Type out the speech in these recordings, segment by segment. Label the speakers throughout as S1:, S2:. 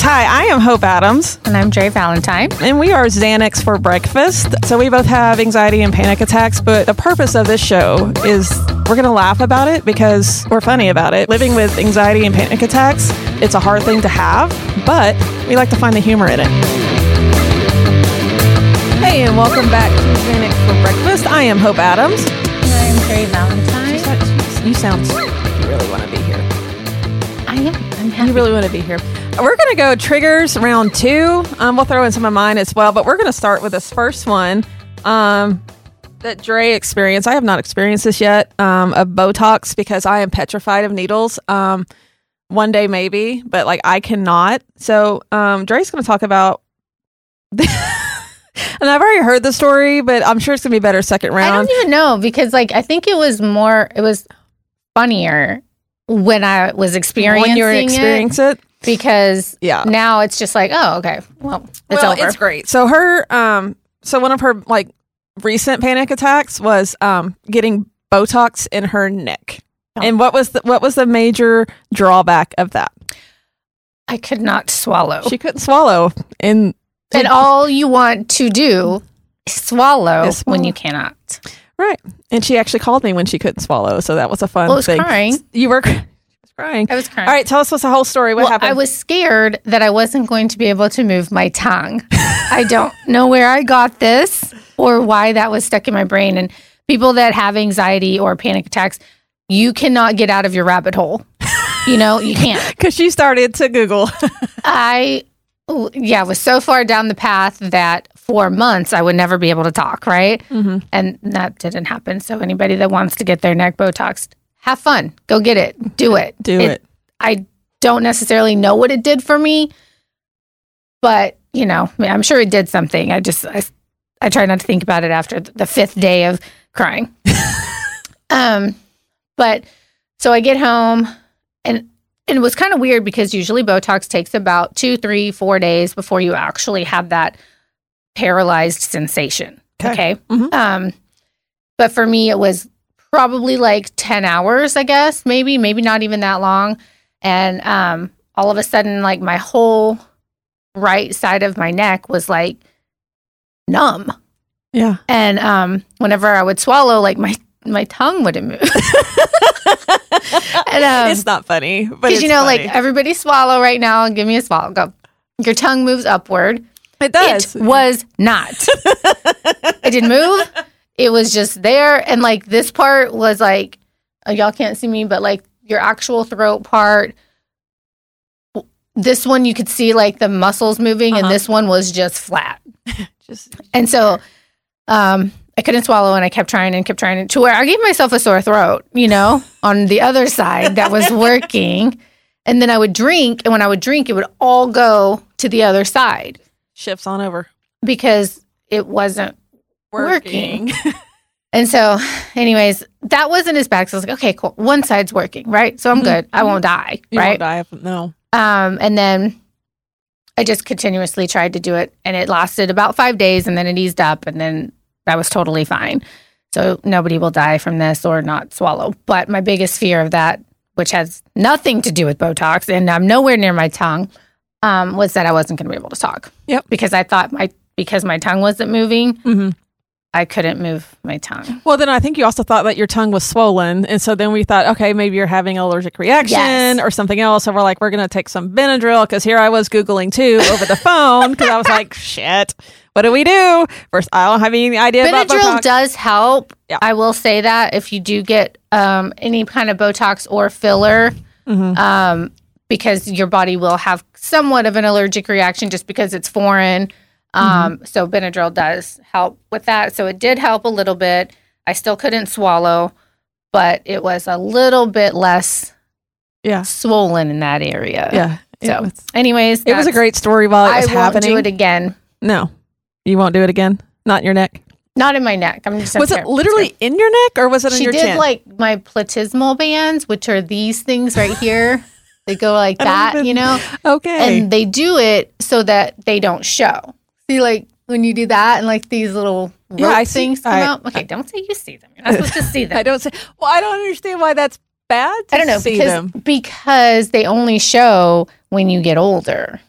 S1: Hi, I am Hope Adams,
S2: And I'm Dre Valentine.
S1: and we are Xanax for breakfast. So we both have anxiety and panic attacks, but the purpose of this show is we're going to laugh about it because we're funny about it. Living with anxiety and panic attacks, it's a hard thing to have, but we like to find the humor in it. Hey, and welcome back to Xanax for breakfast. I am Hope Adams.
S2: I'm Dre Valentine.
S1: You sound you really want to be here.
S2: I am. I'm happy.
S1: You really want to be here. We're going to go triggers round two. Um, we'll throw in some of mine as well, but we're going to start with this first one um, that Dre experienced. I have not experienced this yet um, of Botox because I am petrified of needles. Um, one day maybe, but like I cannot. So um, Dre's going to talk about. and I've already heard the story, but I'm sure it's going to be better second
S2: I
S1: round.
S2: don't even know because, like, I think it was more, it was funnier when I was experiencing
S1: when you
S2: it
S1: experience it,
S2: because
S1: yeah.
S2: now it's just like, oh, okay, well, it's
S1: well,
S2: over.
S1: It's great. So her, um, so one of her like recent panic attacks was um getting Botox in her neck.
S2: Oh.
S1: And what was the what was the major drawback of that?
S2: I could not swallow.
S1: She couldn't swallow. And
S2: and all you want to do is swallow,
S1: Is swallow.
S2: when you cannot.
S1: right, and she actually called me when she couldn't swallow. So that was a fun
S2: Well, I was
S1: thing.
S2: crying.
S1: You were cr- crying.
S2: I was crying.
S1: All right, tell us what's the whole story. What
S2: well,
S1: happened?
S2: I was scared that I wasn't going to be able to move my tongue. I don't know where I got this or why that was stuck in my brain. And people that have anxiety or panic attacks, you cannot get out of your rabbit hole. You know, you can't.
S1: because she started to Google.
S2: I, yeah, was so far down the path that for months I would never be able to talk, right?
S1: Mhm.
S2: And that didn't happen. So anybody that wants to get their neck Botoxed, have fun. Go get it. Do it.
S1: Do it.
S2: I don't necessarily know what it did for me, but you know, I mean, I'm sure it did something. I just I, I try not to think about it after the fifth day of crying. um, but so I get home and and it was kind of weird because usually Botox takes about two, three, four days before you actually have that paralyzed sensation.
S1: Okay.
S2: Okay.
S1: Mhm.
S2: Um, but for me, it was probably like 10 hours, I guess, maybe, maybe not even that long. And um, all of a sudden, like my whole right side of my neck was like numb.
S1: Yeah.
S2: And um, whenever I would swallow, like my, my tongue wouldn't move. And, um,
S1: it's not funny, but
S2: Because,
S1: it's
S2: you know,
S1: funny.
S2: like everybody swallow right now and give me a swallow. Go. Your tongue moves upward.
S1: it does.
S2: It was not. it didn't move. It was just there. And like this part was like, uh, y'all can't see me, but like your actual throat part. This one you could see like the muscles moving,
S1: Uh-huh.
S2: and this one was just flat.
S1: Just
S2: And so um, I couldn't swallow, and I kept trying and kept trying to where I gave myself a sore throat, you know, on the other side that was working. And then I would drink, and when I would drink, it would all go to the other side
S1: shifts on over.
S2: because it wasn't Working.
S1: Working.
S2: And so, anyways, that wasn't as bad. So I was like, okay, cool. One side's working, right? So I'm
S1: Mhm.
S2: good. I won't die,
S1: You
S2: right?
S1: won't die of- no.
S2: Um, and then I just continuously tried to do it, and it lasted about five days, and then it eased up, and then that was totally fine. So nobody will die from this or not swallow. But my biggest fear of that, which has nothing to do with Botox, and I'm nowhere near my tongue, um, was that I wasn't going to be able to talk.
S1: Yep.
S2: Because I thought my because my tongue wasn't moving,
S1: Mm-hmm.
S2: I couldn't move my tongue.
S1: Well, then I think you also thought that your tongue was swollen. And so then we thought, okay, maybe you're having an allergic reaction
S2: Yes.
S1: or something else. So we're like, we're going to take some Benadryl because here I was Googling too over the phone because I was like, shit, what do we do? First, I don't have any idea about
S2: Benadryl
S1: Botox.
S2: does help.
S1: Yeah.
S2: I will say that if you do get um, any kind of Botox or filler,
S1: Mm-hmm.
S2: um, because your body will have somewhat of an allergic reaction just because it's foreign. Um,
S1: Mm-hmm.
S2: So Benadryl does help with that. So it did help a little bit. I still couldn't swallow, but it was a little bit less
S1: yeah.
S2: swollen in that area.
S1: Yeah.
S2: So,
S1: it was,
S2: anyways,
S1: it was a
S2: that's-
S1: great story while it
S2: I
S1: was
S2: won't
S1: happening.
S2: do it again.
S1: no, you won't do it again. Not in your neck.
S2: Not in my neck. I'm just
S1: was
S2: scared.
S1: it literally in your neck or was it in
S2: she
S1: your
S2: did
S1: chin?
S2: like my platysmal bands, which are these things right here. they go like
S1: I don't
S2: that,
S1: even-
S2: you know,
S1: okay.
S2: and they do it so that they don't show. See, like when you do that, and like these little rope
S1: Yeah, I see-
S2: things come
S1: I-
S2: out. Okay, don't say you see them. You're not supposed to see them.
S1: I
S2: I
S1: don't say, well, I don't understand why that's bad to
S2: don't, know
S1: see
S2: because
S1: them.
S2: because they only show when you get older.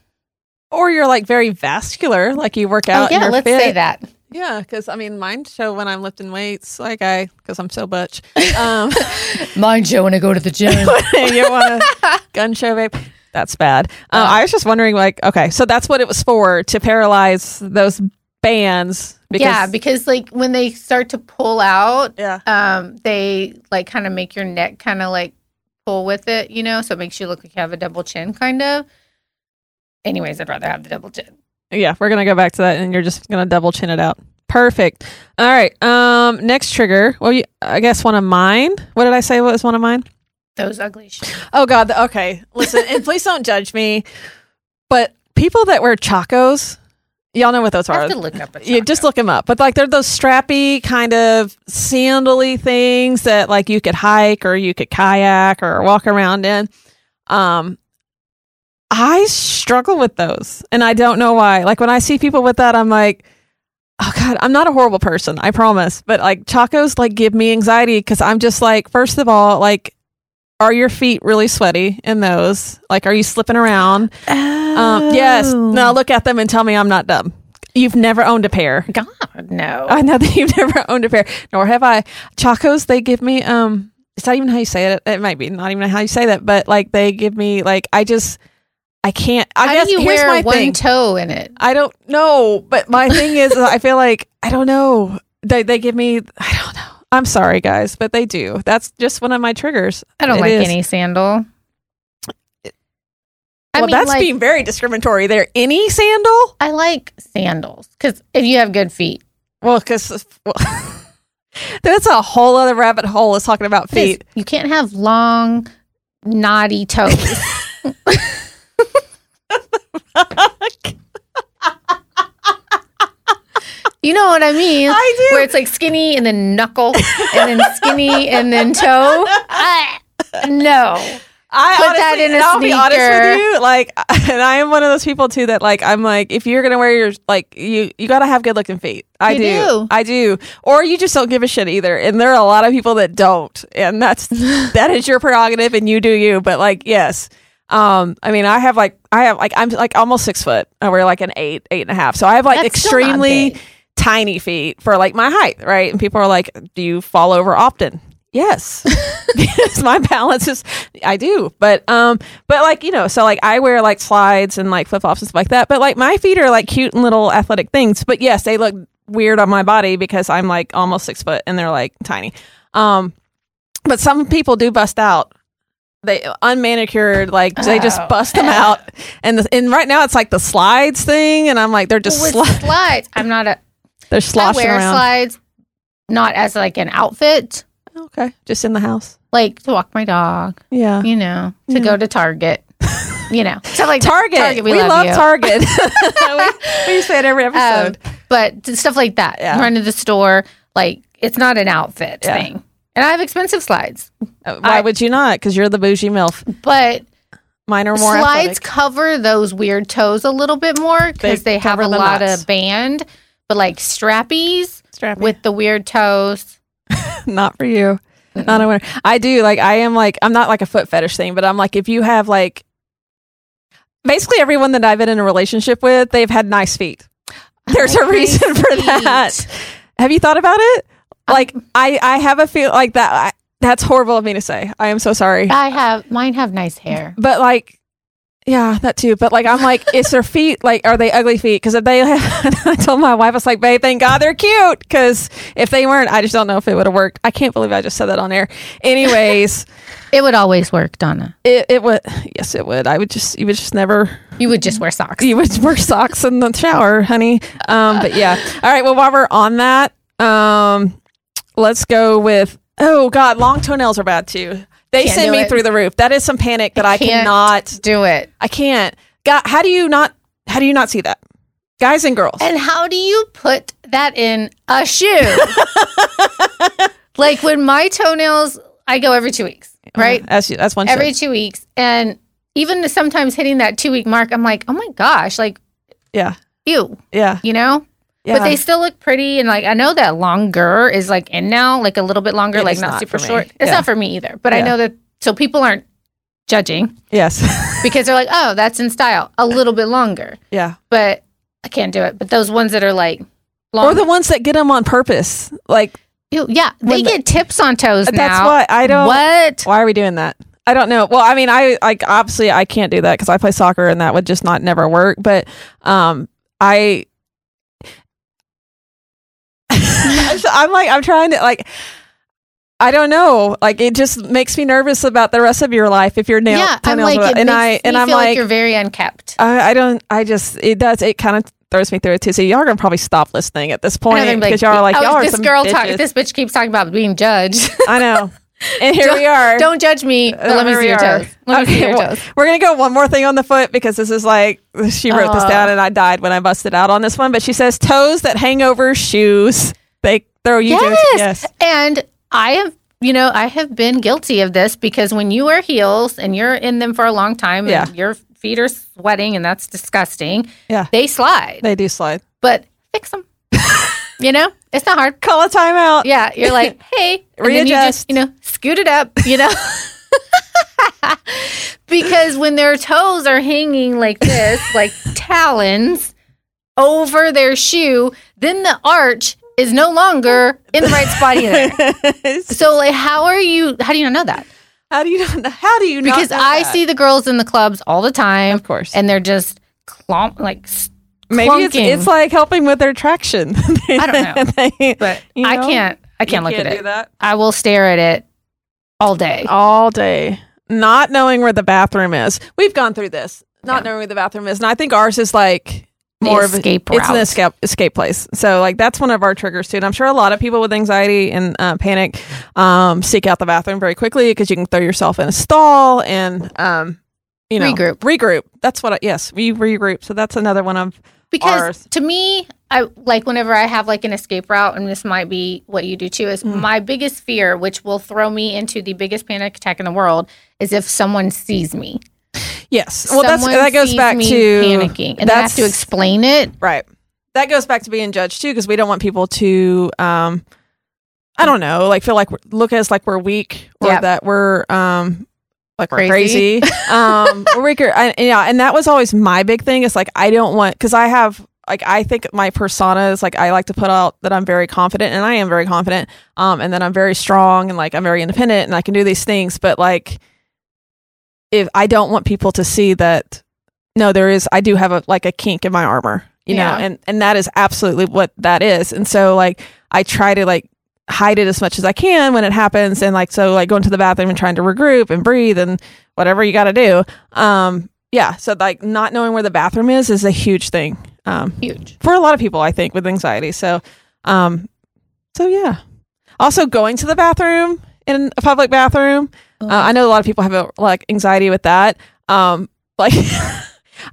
S1: or you're like very vascular, like you work
S2: Oh,
S1: out. and
S2: yeah,
S1: you're
S2: let's
S1: fit.
S2: say that.
S1: Yeah, because I mean, mine show when I'm lifting weights, like I, because I'm so butch. Um,
S2: Mind you, when I go to the gym.
S1: you want to gun show vape? That's bad.
S2: Oh.
S1: Uh, I was just wondering, like, okay, so that's what it was for to paralyze those bands. Because,
S2: yeah, because like when they start to pull out,
S1: yeah,
S2: um, they like kind of make your neck kind of like pull with it, you know, so it makes you look like you have a double chin, kind of. Anyways, I'd rather have the double chin.
S1: yeah. We're gonna go back to that, and you're just gonna double chin it out. Perfect. All right. Um, next trigger. Well, you, I guess one of mine. What did I say? was one of mine?
S2: Those ugly shoes.
S1: Oh God. the- Okay. Listen, and please don't judge me. But people that wear chacos, y'all know what those
S2: I
S1: are.
S2: have to look up. A
S1: Yeah, just
S2: Chaco.
S1: look them up. But like they're those strappy kind of sandally things that like you could hike or you could kayak or walk around in. Um I struggle with those and I don't know why. Like when I see people with that I'm like oh god, I'm not a horrible person, I promise. But like chacos like give me anxiety cuz I'm just like first of all like are your feet really sweaty in those? Like are you slipping around? Um, yes. Now look at them and tell me I'm not dumb. You've never owned a pair.
S2: God, no.
S1: I know that you've never owned a pair, nor have I. Chacos, they give me um. It's not even how you say it. It might be not even how you say that, but like they give me like I just I can't. I
S2: How
S1: guess
S2: do you
S1: here's
S2: wear
S1: my
S2: one
S1: thing.
S2: toe in it?
S1: I don't know, but my thing is I feel like I don't know. They they give me I don't know. I'm sorry guys, but they do. That's just one of my triggers.
S2: I don't
S1: It
S2: like
S1: is.
S2: any sandal. I
S1: well,
S2: mean,
S1: that's
S2: like,
S1: being very discriminatory. There, any sandal?
S2: I like sandals because if you have good feet,
S1: Well, because that's a whole other rabbit hole is talking about
S2: It is.
S1: feet.
S2: you can't have long, knotty toes. you know what I mean?
S1: I do.
S2: Where it's like skinny and then knuckle and then skinny and then toe. I, no.
S1: I
S2: Put
S1: honestly,
S2: that in a
S1: and I'll be honest with
S2: sneaker.
S1: you, like, and I am one of those people too that like I'm like, if you're gonna wear your like, you you gotta have good looking feet. I
S2: You
S1: do.
S2: do.
S1: I do. Or you just don't give a shit either. And there are a lot of people that don't, and that's that is your prerogative, and you do you. But like, yes. Um, I mean, I have like, I have like, I'm like almost six foot. I wear like an eight, eight and a half. So I have like
S2: That's still not
S1: extremely
S2: big.
S1: tiny feet for like my height, right? And people are like, do you fall over often? Yes. because my balance is I do. But um but like, you know, so like I wear like slides and like flip flops and stuff like that. But like my feet are like cute and little athletic things. But yes, they look weird on my body because I'm like almost six foot and they're like tiny. Um but some people do bust out. They unmanicured, like they just
S2: Oh.
S1: bust them out, and the, and right now it's like the slides thing, and I'm like they're just
S2: With
S1: sli-
S2: slides. I'm not a.
S1: they're
S2: I
S1: sloshing
S2: wear
S1: around.
S2: slides not as like an outfit,
S1: Okay, just in the house.
S2: like to walk my dog,
S1: Yeah,
S2: you know, to
S1: Yeah.
S2: go to Target, you know, stuff like that.
S1: Target.
S2: we, love, you.
S1: Target. we, we say it every episode.
S2: Um, but t- stuff like that.
S1: Yeah.
S2: Run to the store. Like it's not an outfit
S1: Yeah.
S2: thing. And I have expensive slides,
S1: Uh, Why
S2: Um, I-
S1: would you not? Because you're the bougie milf.
S2: but
S1: Mine are more
S2: slides
S1: athletic.
S2: cover those weird toes a little bit more because
S1: They
S2: they, have
S1: cover
S2: a
S1: the
S2: lot
S1: knots.
S2: of band. But like strappies
S1: Strappy.
S2: with the weird toes.
S1: not for you. Not a winner. I do like. I am like. I'm not like a foot fetish thing, but I'm like if you have like. Basically, everyone that I've been in a relationship with, they've had nice feet. There's a
S2: like Oh, nice
S1: reason for that.
S2: feet.
S1: Have you thought about it? Like I, I have a feel like that. I, that's horrible of me to say. I am so sorry.
S2: I have mine have nice hair.
S1: but like yeah that too but like i'm like is their feet like are they ugly feet because if they i told my wife i was like babe thank god they're cute because if they weren't i just don't know if it would have worked i can't believe i just said that on air anyways
S2: It would always work, Donna.
S1: it, it would yes it would i would just you would just never
S2: You would just wear socks.
S1: you would wear socks in the shower honey um but yeah all right well while we're on that um let's go with oh god long toenails are bad too they
S2: Can't
S1: send
S2: do
S1: me
S2: it.
S1: through the roof that is some panic that i,
S2: can't
S1: cannot
S2: Do it.
S1: I can't. God, how do you not? How do you not see that? Guys and girls.
S2: And how do you put that in a shoe? like when my toenails, I go every two weeks, right?
S1: That's that's one.
S2: Every
S1: Every,
S2: two weeks. And even the- sometimes hitting that two week mark, I'm like, oh my gosh, like,
S1: yeah.
S2: ew,
S1: Yeah.
S2: you know?
S1: Yeah.
S2: But they still look pretty. And like, I know that longer is like in now, like a little bit longer,
S1: It
S2: like
S1: is
S2: not,
S1: not
S2: super
S1: for me.
S2: short. It's
S1: Yeah.
S2: not for me either. But I
S1: Yeah.
S2: know that, so people aren't judging
S1: Yes.
S2: because they're like, oh, that's in style, a little bit longer,
S1: yeah.
S2: but I can't do it. But those ones that are like long,
S1: Or the ones that get them on purpose. Like
S2: Ew, yeah, they
S1: when the-
S2: get tips on toes now.
S1: that's why I don't.
S2: What?
S1: Why are we doing that? I don't know. Well, I mean, I like obviously I can't do that because I play soccer and that would just not never work. But um, I. So I'm like I'm trying to like. I don't know. Like it just makes me nervous about the rest of your life if you're nailed.
S2: yeah, I'm
S1: toenails
S2: like,
S1: are-
S2: it
S1: and
S2: makes
S1: I and
S2: me
S1: I'm
S2: feel like,
S1: like,
S2: you're very unkept.
S1: I, I don't. I just it does. It kind of throws me through it too. So y'all are gonna probably stop listening at this point
S2: And I'm
S1: because y'all are like
S2: oh,
S1: y'all are
S2: this
S1: some
S2: girl
S1: bitches.
S2: talk, this bitch keeps talking about being judged.
S1: I know. And here we are.
S2: don't judge me. But let me
S1: Here
S2: see
S1: we
S2: your
S1: are.
S2: toes. Let me see your
S1: well,
S2: toes.
S1: We're gonna go one more thing on the foot because this is like she wrote this
S2: Oh.
S1: down and I died when I busted out on this one. But she says toes that hang over shoes. They throw you. to-
S2: Yes.
S1: Yes.
S2: And I have, you know, I have been guilty of this because when you wear heels and you're in them for a long time
S1: Yeah.
S2: and your feet are sweating and that's disgusting,
S1: Yeah.
S2: they slide.
S1: They do slide.
S2: But fix them. you know, it's not hard.
S1: Call a timeout.
S2: Yeah. You're like, hey, and then you
S1: Readjust.
S2: just, you know, scoot it up, you know? because when their toes are hanging like this, like talons over their shoe, then the arch is no longer in the right spot either. So like how are you how do you not know that?
S1: how do you not know? How do you not
S2: Because
S1: know
S2: I
S1: that?
S2: see the girls in the clubs all the time.
S1: Of course.
S2: And they're just clomp like s-
S1: maybe it's,
S2: clunking.
S1: it's like helping with their traction.
S2: I don't
S1: know,
S2: but
S1: you
S2: I
S1: know,
S2: can't I can't look
S1: can't
S2: at
S1: do
S2: it.
S1: that
S2: I will stare at it all day.
S1: all day, not knowing where the bathroom is. We've gone through this, not knowing where the bathroom is, and I think ours is like
S2: The
S1: more of a-
S2: escape
S1: It's an
S2: route.
S1: escape escape place. So like that's one of our triggers too. And I'm sure a lot of people with anxiety and uh, panic um, seek out the bathroom very quickly because you can throw yourself in a stall and um, you know
S2: Regroup.
S1: Regroup. That's what. I, yes, we regroup. So that's another one of
S2: Because
S1: ours.
S2: to me, I like whenever I have like an escape route, and this might be what you do too, is
S1: Mm.
S2: my biggest fear, which will throw me into the biggest panic attack in the world, is if someone sees me.
S1: Yes. Well, that's
S2: Someone
S1: that goes
S2: sees
S1: back
S2: me
S1: to
S2: panicking, and I have to explain it.
S1: right. That goes back to being judged too, because we don't want people to, um, I don't know, like feel like we're, look at us like we're weak or
S2: Yep.
S1: that we're um, like we're
S2: Crazy.
S1: crazy. um, we're weaker. I, yeah, and that was always my big thing. It's like I don't want because I have like I think my persona is like I like to put out that I'm very confident, and I am very confident, um, and that I'm very strong, and like I'm very independent, and I can do these things. But like, if I don't want people to see that, no, there is I do have a like a kink in my armor, you
S2: Yeah.
S1: know, and and that is absolutely what that is, and so like I try to like hide it as much as I can when it happens and like so like going to the bathroom and trying to regroup and breathe and whatever you got to do. Um yeah, so like not knowing where the bathroom is is a huge thing. Um
S2: Huge.
S1: for a lot of people I think with anxiety. So um so yeah. Also going to the bathroom in a public bathroom.
S2: Oh.
S1: Uh, I know a lot of people have a, like anxiety with that. Um like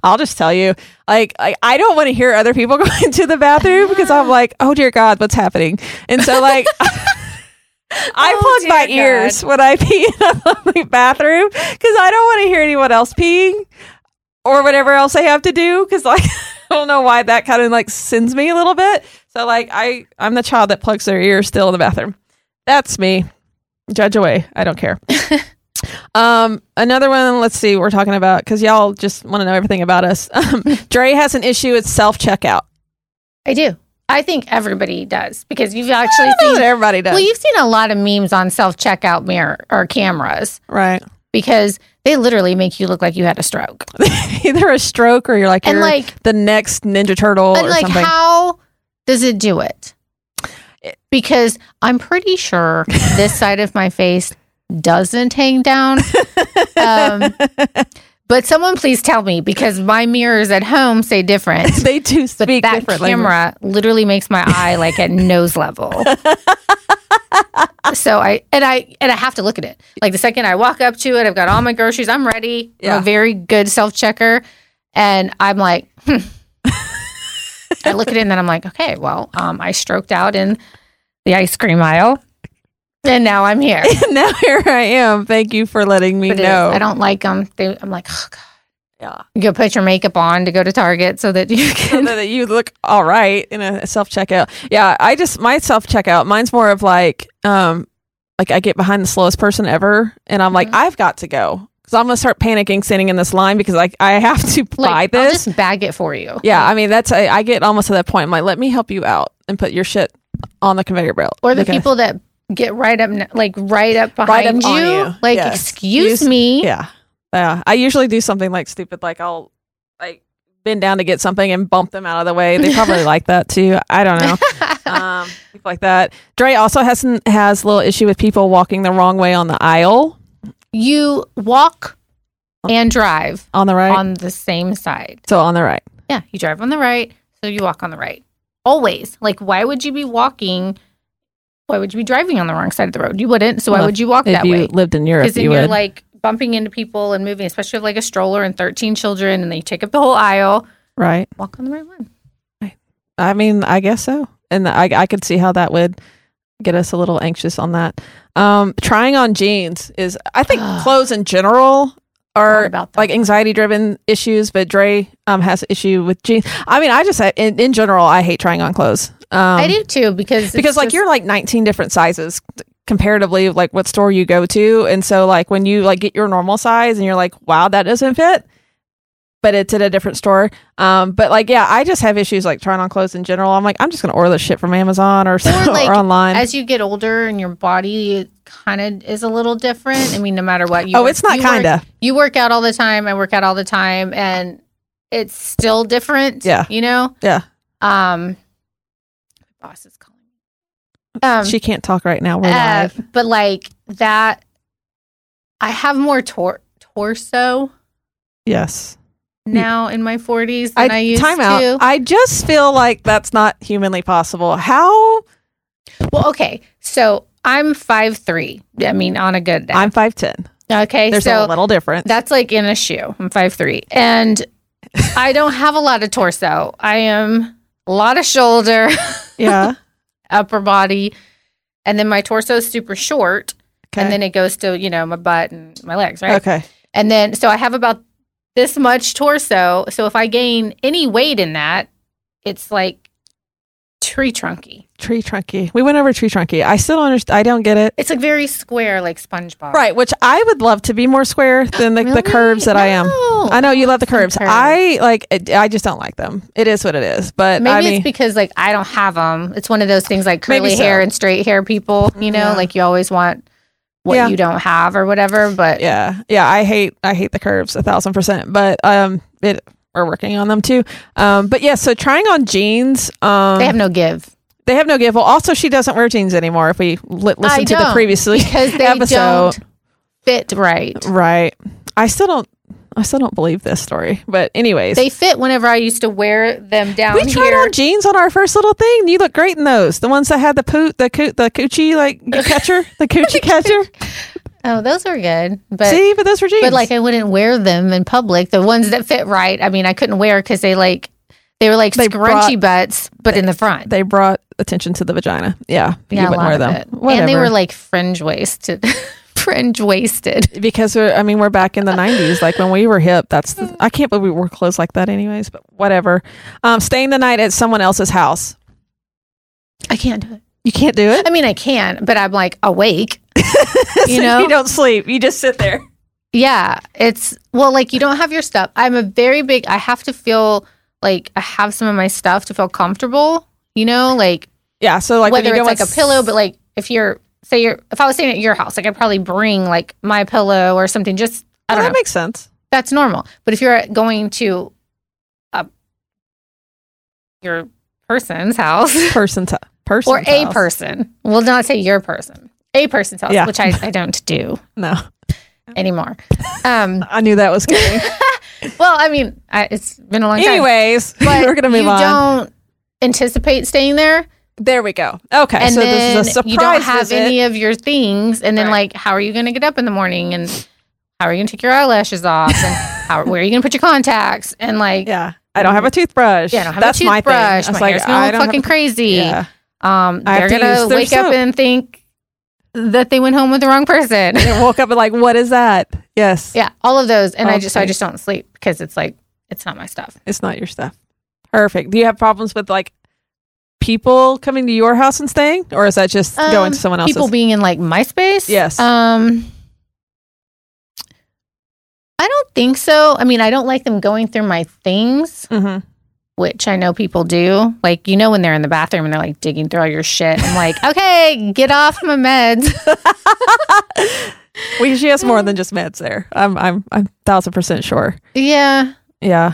S1: I'll just tell you, like I, I don't want to hear other people going to the bathroom because I'm like, oh dear God, what's happening? And so like I
S2: Oh,
S1: plug my
S2: dear God.
S1: ears when I pee in a public bathroom because I don't want to hear anyone else peeing or whatever else I have to do because like I don't know why that kind of like sends me a little bit. So like I I'm the child that plugs their ears still in the bathroom. That's me. Judge away. I don't care. um, another one. Let's see. what We're talking about because y'all just want to know everything about us. Um, Dre has an issue with self checkout.
S2: I do. I think everybody does because you've actually
S1: That's
S2: seen.
S1: what everybody does.
S2: Well, you've seen a lot of memes on self checkout mirror or cameras
S1: right.
S2: because they literally make you look like you had a stroke.
S1: Either a stroke or you're like
S2: And,
S1: you're
S2: like-
S1: the next Ninja Turtle
S2: and
S1: or
S2: like,
S1: something.
S2: how does it do it? Because I'm pretty sure this side of my face doesn't hang down. Um, but someone please tell me because my mirrors at home say different.
S1: they do
S2: But
S1: speak
S2: that
S1: different language.
S2: camera literally makes my eye like at nose level. so I and I and I have to look at it. Like the second I walk up to it, I've got all my groceries. I'm ready.
S1: Yeah.
S2: I'm a very good self checker, and I'm like, hmm. I look at it and then I'm like, okay, well, um, I stroked out in the ice cream aisle, and now I'm here.
S1: now here I am. Thank you for letting me
S2: But it is-
S1: know.
S2: I don't like them. They, I'm like, oh, God.
S1: Yeah.
S2: you gotta put your makeup on to go to Target so that you
S1: So
S2: can.
S1: that you look all right in a self checkout. Yeah, I just my self checkout. Mine's more
S2: Mm-hmm.
S1: of like, um, like I get behind the slowest person ever, and I'm like, I've got to go. because I'm gonna start panicking sitting in this line because like I have to buy
S2: Like, I'll
S1: this.
S2: just bag it for you.
S1: yeah, I mean that's I, I get almost to that point. I'm like, let me help you out and put your shit on the conveyor belt.
S2: Or the
S1: Because-
S2: people that get right up, ne- like right up
S1: Right up
S2: behind
S1: on
S2: you,
S1: you.
S2: Like,
S1: Yes.
S2: excuse
S1: Excuse-
S2: me.
S1: Yeah, yeah. I usually do something like stupid, like I'll like bend down to get something and bump them out of the way. They probably like that too. I don't know. um, people like that. Dre also has has a little issue with people walking the wrong way on the aisle
S2: You walk and drive
S1: on the right.
S2: on the same side.
S1: so on the right.
S2: Yeah, you drive on the right, so you walk on the right. Always. Like, why would you be walking? Why would you be driving on the wrong side of the road? You wouldn't. So why
S1: Well,
S2: would you walk
S1: if
S2: that
S1: you
S2: way?
S1: lived in Europe,
S2: Because then
S1: you
S2: you are
S1: would.
S2: like bumping into people and moving, especially with like a stroller and 13 children, and then you take up the whole aisle.
S1: right.
S2: Walk on the right one.
S1: I mean, I guess so. And I, I could see how that would get us a little anxious on that. Um, trying on jeans is, I think,
S2: Ugh.
S1: clothes in general are
S2: Thought about that.
S1: like anxiety driven issues, but Dre um, has an issue with jeans. I mean, I just, in, in general, I hate trying on clothes. Um,
S2: I do too, because it's
S1: because like
S2: just-
S1: you're like 19 different sizes t- comparatively of, like what store you go to and so like when you like get your normal size and you're like wow that doesn't fit but it's at a different store um but like yeah i just have issues like trying on clothes in general i'm like i'm just gonna order this shit from amazon or, or,
S2: like,
S1: online
S2: as you get older and your body kind of is a little different. I mean, no matter what you
S1: oh
S2: work-
S1: it's not
S2: you work-
S1: kinda
S2: you work out all the time. I work out all the time, and it's still different.
S1: Yeah.
S2: you know.
S1: Yeah.
S2: Um, my boss is calling. Um,
S1: she can't talk right now we're
S2: uh,
S1: live
S2: but like that, I have more tor- torso
S1: yes
S2: now in my forties than I, used
S1: Mm. time
S2: to.
S1: out i just feel like that's not humanly possible how
S2: well, okay, so I'm five three. I mean, on a good day.
S1: i'm 510
S2: okay,
S1: there's
S2: so
S1: a little difference
S2: That's like in a shoe. I'm five three, and I don't have a lot of torso. I am a lot of shoulder,
S1: yeah
S2: upper body, and then my torso is super short, and then it goes to you know my butt and my legs, right?
S1: okay
S2: And then so I have about this much torso. So if I gain any weight in that, it's like tree trunky.
S1: Tree trunky. We went over tree trunky. I still don't understand. I don't get it.
S2: It's like very square, like SpongeBob.
S1: Right, which I would love to be more square than the,
S2: Really?
S1: the curves that I am.
S2: No.
S1: I know you love the curves.
S2: curves.
S1: I like. It, I just don't like them. It is what it is. But
S2: Maybe
S1: I mean,
S2: it's because like I don't have them. It's one of those things like
S1: Maybe
S2: curly hair
S1: so.
S2: and straight hair people, you know,
S1: Yeah.
S2: like you always want what
S1: Yeah.
S2: you don't have or whatever. But
S1: yeah, yeah. I hate. I hate the curves a thousand percent. But um, it we're working on them too. Um, but yeah. So trying on jeans. Um,
S2: they have no give
S1: they have no give. Well, also she doesn't wear jeans anymore. If we li- listen to the
S2: don't,
S1: previously
S2: because they
S1: episode,
S2: don't fit right.
S1: right? I still don't. I still don't believe this story. But anyways,
S2: They fit whenever I used to wear them down
S1: We tried
S2: here.
S1: on jeans on our first little thing. You look great in those. The ones that had the poot, the coo- the coochie like catcher, the coochie catcher.
S2: oh, those are good, but
S1: See, but those were jeans.
S2: but like I wouldn't wear them in public. The ones that fit right, I mean, I couldn't wear because they like they were like
S1: They
S2: scrunchy butts, but in the front.
S1: they brought attention to the vagina. Yeah, but
S2: Yeah,
S1: you
S2: a
S1: wouldn't
S2: lot
S1: wear
S2: of
S1: them.
S2: it.
S1: Whatever.
S2: and they were like fringe waisted, fringe waisted.
S1: because we're, I mean we're back in the '90s. Like when we were hip. That's the, I can't believe we wore clothes like that. Anyways, but whatever. Um, staying the night at someone else's house.
S2: I can't do it.
S1: You can't do it.
S2: I mean, I can, but I'm like awake.
S1: So
S2: know?
S1: you don't sleep. You just sit there.
S2: Yeah, it's well, like you don't have your stuff. I'm a very big. I have to feel like I have some of my stuff to feel comfortable. You know, like,
S1: Yeah. So like when
S2: whether
S1: you
S2: it's
S1: go
S2: like a
S1: on
S2: pillow, but like if you're say you're if I was staying at your house, like I'd probably bring like my pillow or something. Just I
S1: Well,
S2: don't
S1: Oh, that
S2: know.
S1: makes sense.
S2: That's normal. But if you're going to a your person's house
S1: Person to person
S2: or a person, we'll not say your person, a person's house,
S1: Yeah.
S2: which I, I don't do.
S1: No,
S2: anymore. Um,
S1: I knew that was coming.
S2: well, I mean, I, it's been a long time.
S1: Anyways,
S2: but
S1: we're gonna move
S2: you
S1: on.
S2: don't anticipate staying there,
S1: there we go. Okay,
S2: and
S1: so
S2: then
S1: this is a surprise
S2: you don't have
S1: visit.
S2: any of your things, and then
S1: Right.
S2: like, how are you going to get up in the morning, and how are you going to take your eyelashes off, and how, where are you going to put your contacts, and like, yeah,
S1: yeah, I don't have a toothbrush.
S2: I don't have
S1: That's
S2: a
S1: my
S2: toothbrush.
S1: thing.
S2: My,
S1: It's like,
S2: hair's going
S1: I
S2: to
S1: don't have
S2: look fucking
S1: a-
S2: crazy.
S1: Yeah,
S2: Um,
S1: I
S2: they're
S1: have to
S2: going
S1: use
S2: to
S1: their
S2: wake up
S1: soap.
S2: and think that they went home with the wrong person.
S1: and I woke up and like, what is that? Yes,
S2: yeah, all of those, and I just so I
S1: Okay.
S2: just don't sleep because it's like it's not my stuff.
S1: it's not your stuff. Perfect. Do you have problems with like people coming to your house and staying, or is that just going
S2: Um,
S1: to someone else's?
S2: people being in like MySpace.
S1: Yes.
S2: Um. think so. I mean, I don't like them going through my things,
S1: Mm-hmm.
S2: which I know people do. Like, you know, when they're in the bathroom and they're like digging through all your shit. I'm like, okay, get off my meds.
S1: Well, she has
S2: Mm.
S1: more than just meds there. I'm I'm I'm thousand percent sure.
S2: yeah.
S1: Yeah.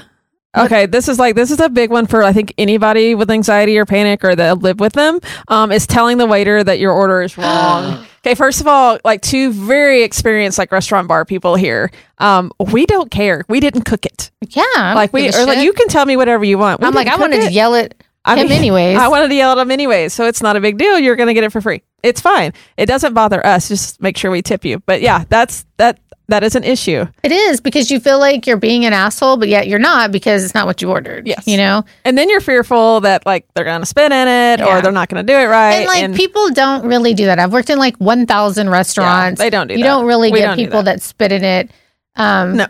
S1: Okay, this is like this is a big one for I think anybody with anxiety or panic or that live with them. Um, is telling the waiter that your order is wrong. okay, first of all, like two very experienced like restaurant bar people here. Um, we don't care. We didn't cook it.
S2: Yeah. I don't
S1: Like we
S2: give a
S1: or like
S2: shit.
S1: you can tell me whatever you want. We
S2: I'm like, I
S1: didn't cook
S2: wanted
S1: it.
S2: to yell at him anyways.
S1: I wanted to yell at him anyways, so it's not a big deal. You're going to get it for free. It's fine. It doesn't bother us. Just make sure we tip you. But yeah, that's that. That is an issue.
S2: it is because you feel like you're being an asshole, but yet you're not because it's not what you ordered.
S1: Yes.
S2: You know?
S1: And then you're fearful that like they're going to spin in it
S2: Yeah.
S1: or they're not going to do it right.
S2: and like people don't really do that. I've worked in like 1,000 restaurants.
S1: they don't do
S2: You
S1: that.
S2: don't really
S1: We
S2: get
S1: don't do
S2: people that. spit in it. Um,
S1: No.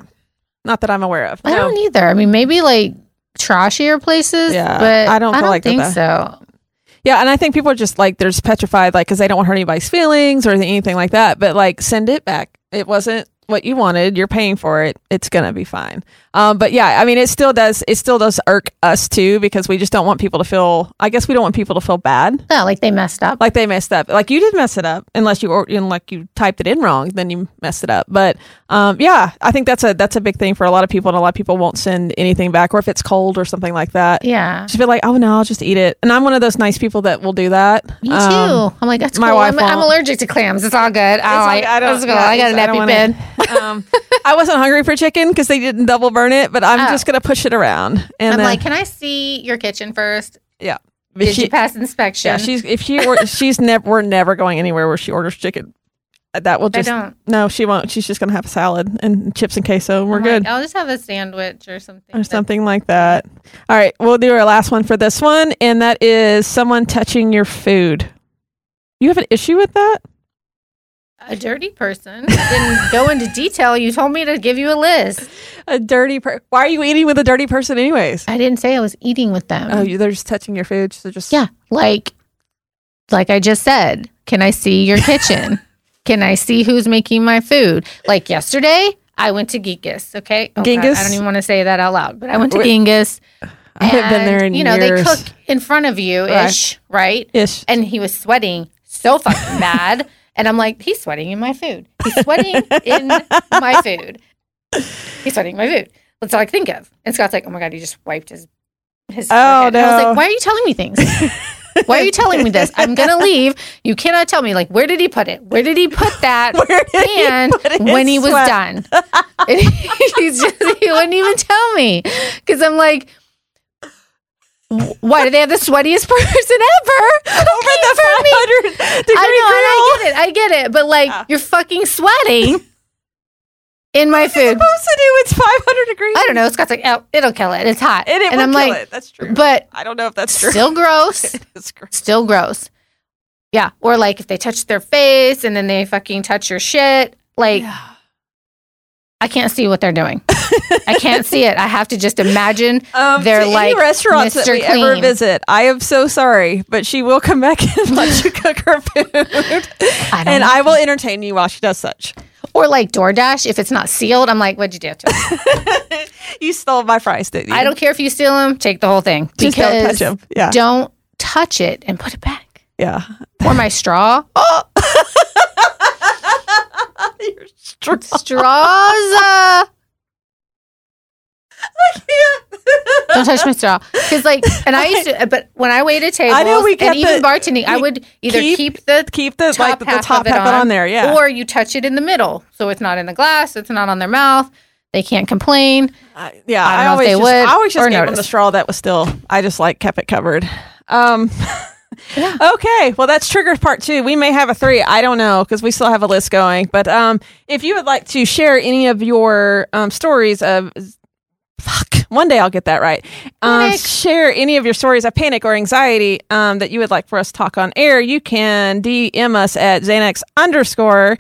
S1: not that I'm aware of.
S2: I
S1: No.
S2: don't e- either. I mean, maybe like trashier places.
S1: Yeah,
S2: but
S1: I don't feel like that
S2: think
S1: that-
S2: so.
S1: Yeah, and I think people are just like they're just petrified, like because they don't want to hurt anybody's feelings or anything like that. But like, send it back. It wasn't what you wanted. You're paying for it. It's gonna be fine. Um, but yeah, I mean, it still does. It still does irk us too because we just don't want people to feel. I guess we don't want people to feel bad,
S2: Yeah, like they messed up.
S1: like they messed up. Like you did mess it up, unless you or and, like you typed it in wrong, then you messed it up. But um, yeah, I think that's a that's a big thing for a lot of people, and a lot of people won't send anything back, or if it's cold or something like that.
S2: yeah.
S1: Just be like, oh no, I'll just eat it. And I'm one of those nice people that will do that.
S2: Me too.
S1: Um,
S2: I'm like, that's
S1: my
S2: cool.
S1: wife
S2: I'm, I'm
S1: won't.
S2: allergic to clams. It's all good. I don't
S1: it's
S2: like,
S1: like, I don't.
S2: it's cool.
S1: yeah,
S2: I got a
S1: it's- I
S2: nappy
S1: don't
S2: bed.
S1: wanna- Um, I wasn't hungry for chicken because they didn't double burn it, but I'm
S2: Oh.
S1: just gonna push it around. And
S2: I'm
S1: then-
S2: like, can I see your kitchen first?
S1: yeah,
S2: Did
S1: she,
S2: you pass inspection?
S1: yeah, she's if she or, she's never we're never going anywhere where she orders chicken. Uh, That will
S2: I
S1: just
S2: don't.
S1: no, she won't. She's just gonna have a salad and chips and queso. And we're
S2: I'm like,
S1: good.
S2: I'll just have a sandwich or something.
S1: or something like that. All right, we'll do our last one for this one, and that is someone touching your food. You have an issue with that?
S2: A dirty person. Didn't go into detail. You told me to give you a list.
S1: A dirty per- Why are you eating with a dirty person, anyways?
S2: I didn't say I was eating with them.
S1: Oh, you, they're just touching your food. So just
S2: Yeah, like like I just said, can I see your kitchen? can I see who's making my food? Like yesterday, I went to Genghis, okay? Oh, God,
S1: Genghis?
S2: I don't even want to say that out loud, but I went to
S1: Wait.
S2: Genghis.
S1: I haven't been there in
S2: You know,
S1: years.
S2: they cook in front of you ish, right?
S1: Ish.
S2: And he was sweating so fucking bad. And I'm like, he's sweating in my food. He's sweating in my food. He's sweating in my food. That's all I could think of. And Scott's like, oh my God, he just wiped his. his
S1: Oh,
S2: forehead. And I was
S1: no.
S2: like, why are you telling me things? Why are you telling me this? I'm gonna leave. You cannot tell me. Like, where did he put it? Where did he put that?
S1: Where did he
S2: and
S1: put his
S2: when he was
S1: sweat?
S2: done, he's just he wouldn't even tell me because I'm like, why do they have the sweatiest person ever?
S1: over the five hundred degree
S2: I
S1: grill.
S2: know, and I get it. I get it. But like, you're fucking sweating in my food.
S1: Supposed to do it's five hundred degrees.
S2: I don't know. Scott's like, oh, it'll kill it. It's hot.
S1: And it
S2: and
S1: will
S2: I'm
S1: kill
S2: like,
S1: it. That's true.
S2: but
S1: I don't know if that's true.
S2: still gross.
S1: It's gross.
S2: still gross. Yeah. Or like if they touch their face and then they fucking touch your shit. Like, I can't see what they're doing. I can't see it. I have to just imagine
S1: Um,
S2: they're
S1: to
S2: like
S1: any restaurants
S2: Mr.
S1: that we
S2: Clean.
S1: ever visit. I am so sorry, but she will come back and let you cook her food,
S2: I don't
S1: and
S2: know.
S1: I will entertain you while she does such.
S2: Or like DoorDash, if it's not sealed, I'm like, what'd you do to it?
S1: You stole my fries, didn't you?
S2: I don't care if you steal them, take the whole thing.
S1: Just don't touch
S2: Because
S1: 'em. Yeah.
S2: Don't touch it and put it back.
S1: Yeah,
S2: Or my straw.
S1: you're strong.
S2: Straws. uh, Don't touch my straw. Because like, and I used to, but when I waited tables
S1: I know we
S2: and
S1: kept
S2: even
S1: the-
S2: bartending, I
S1: we
S2: would either
S1: keep-
S2: keep, the
S1: Keep the
S2: top
S1: like the
S2: half
S1: top
S2: of it
S1: half
S2: on,
S1: on there. Yeah.
S2: or you touch it in the middle, so it's not in the glass, it's not on their mouth. They can't complain.
S1: I- yeah,
S2: I
S1: I,
S2: don't know if
S1: always
S2: they
S1: just,
S2: would
S1: I always
S2: or
S1: just gave them the
S2: notice.
S1: straw that was still. I just like kept it covered. Um, Okay, well that's trigger part two. We may have a three. I don't know because we still have a list going. But um, if you would like to share any of your um, stories of fuck, one day I'll get that right. Um,
S2: Panic.
S1: share any of your stories of panic or anxiety um, that you would like for us to talk on air. You can DM us at Xanax underscore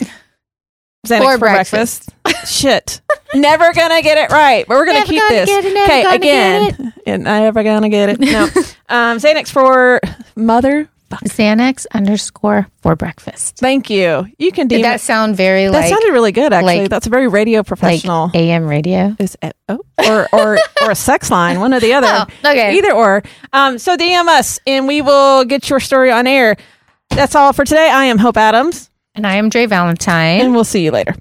S1: Xanax
S2: For
S1: for breakfast. Shit. Never gonna get it right, but we're gonna
S2: Never
S1: keep
S2: gonna
S1: this.
S2: get it, never gonna
S1: again. And I never gonna get it. No. um, Xanax for motherfucking
S2: Xanax underscore for breakfast.
S1: Thank you. You can do
S2: Did that sound very
S1: That
S2: like
S1: sounded really good, actually.
S2: like-
S1: That's a very radio
S2: like e,
S1: professional.
S2: AM radio?
S1: is it, oh, or or or a sex line, one or the other.
S2: Oh, okay.
S1: Either or. Um, so DM us and we will get your story on air. That's all for today. I am Hope Adams,
S2: And I am Dre Valentine.
S1: and we'll see you later.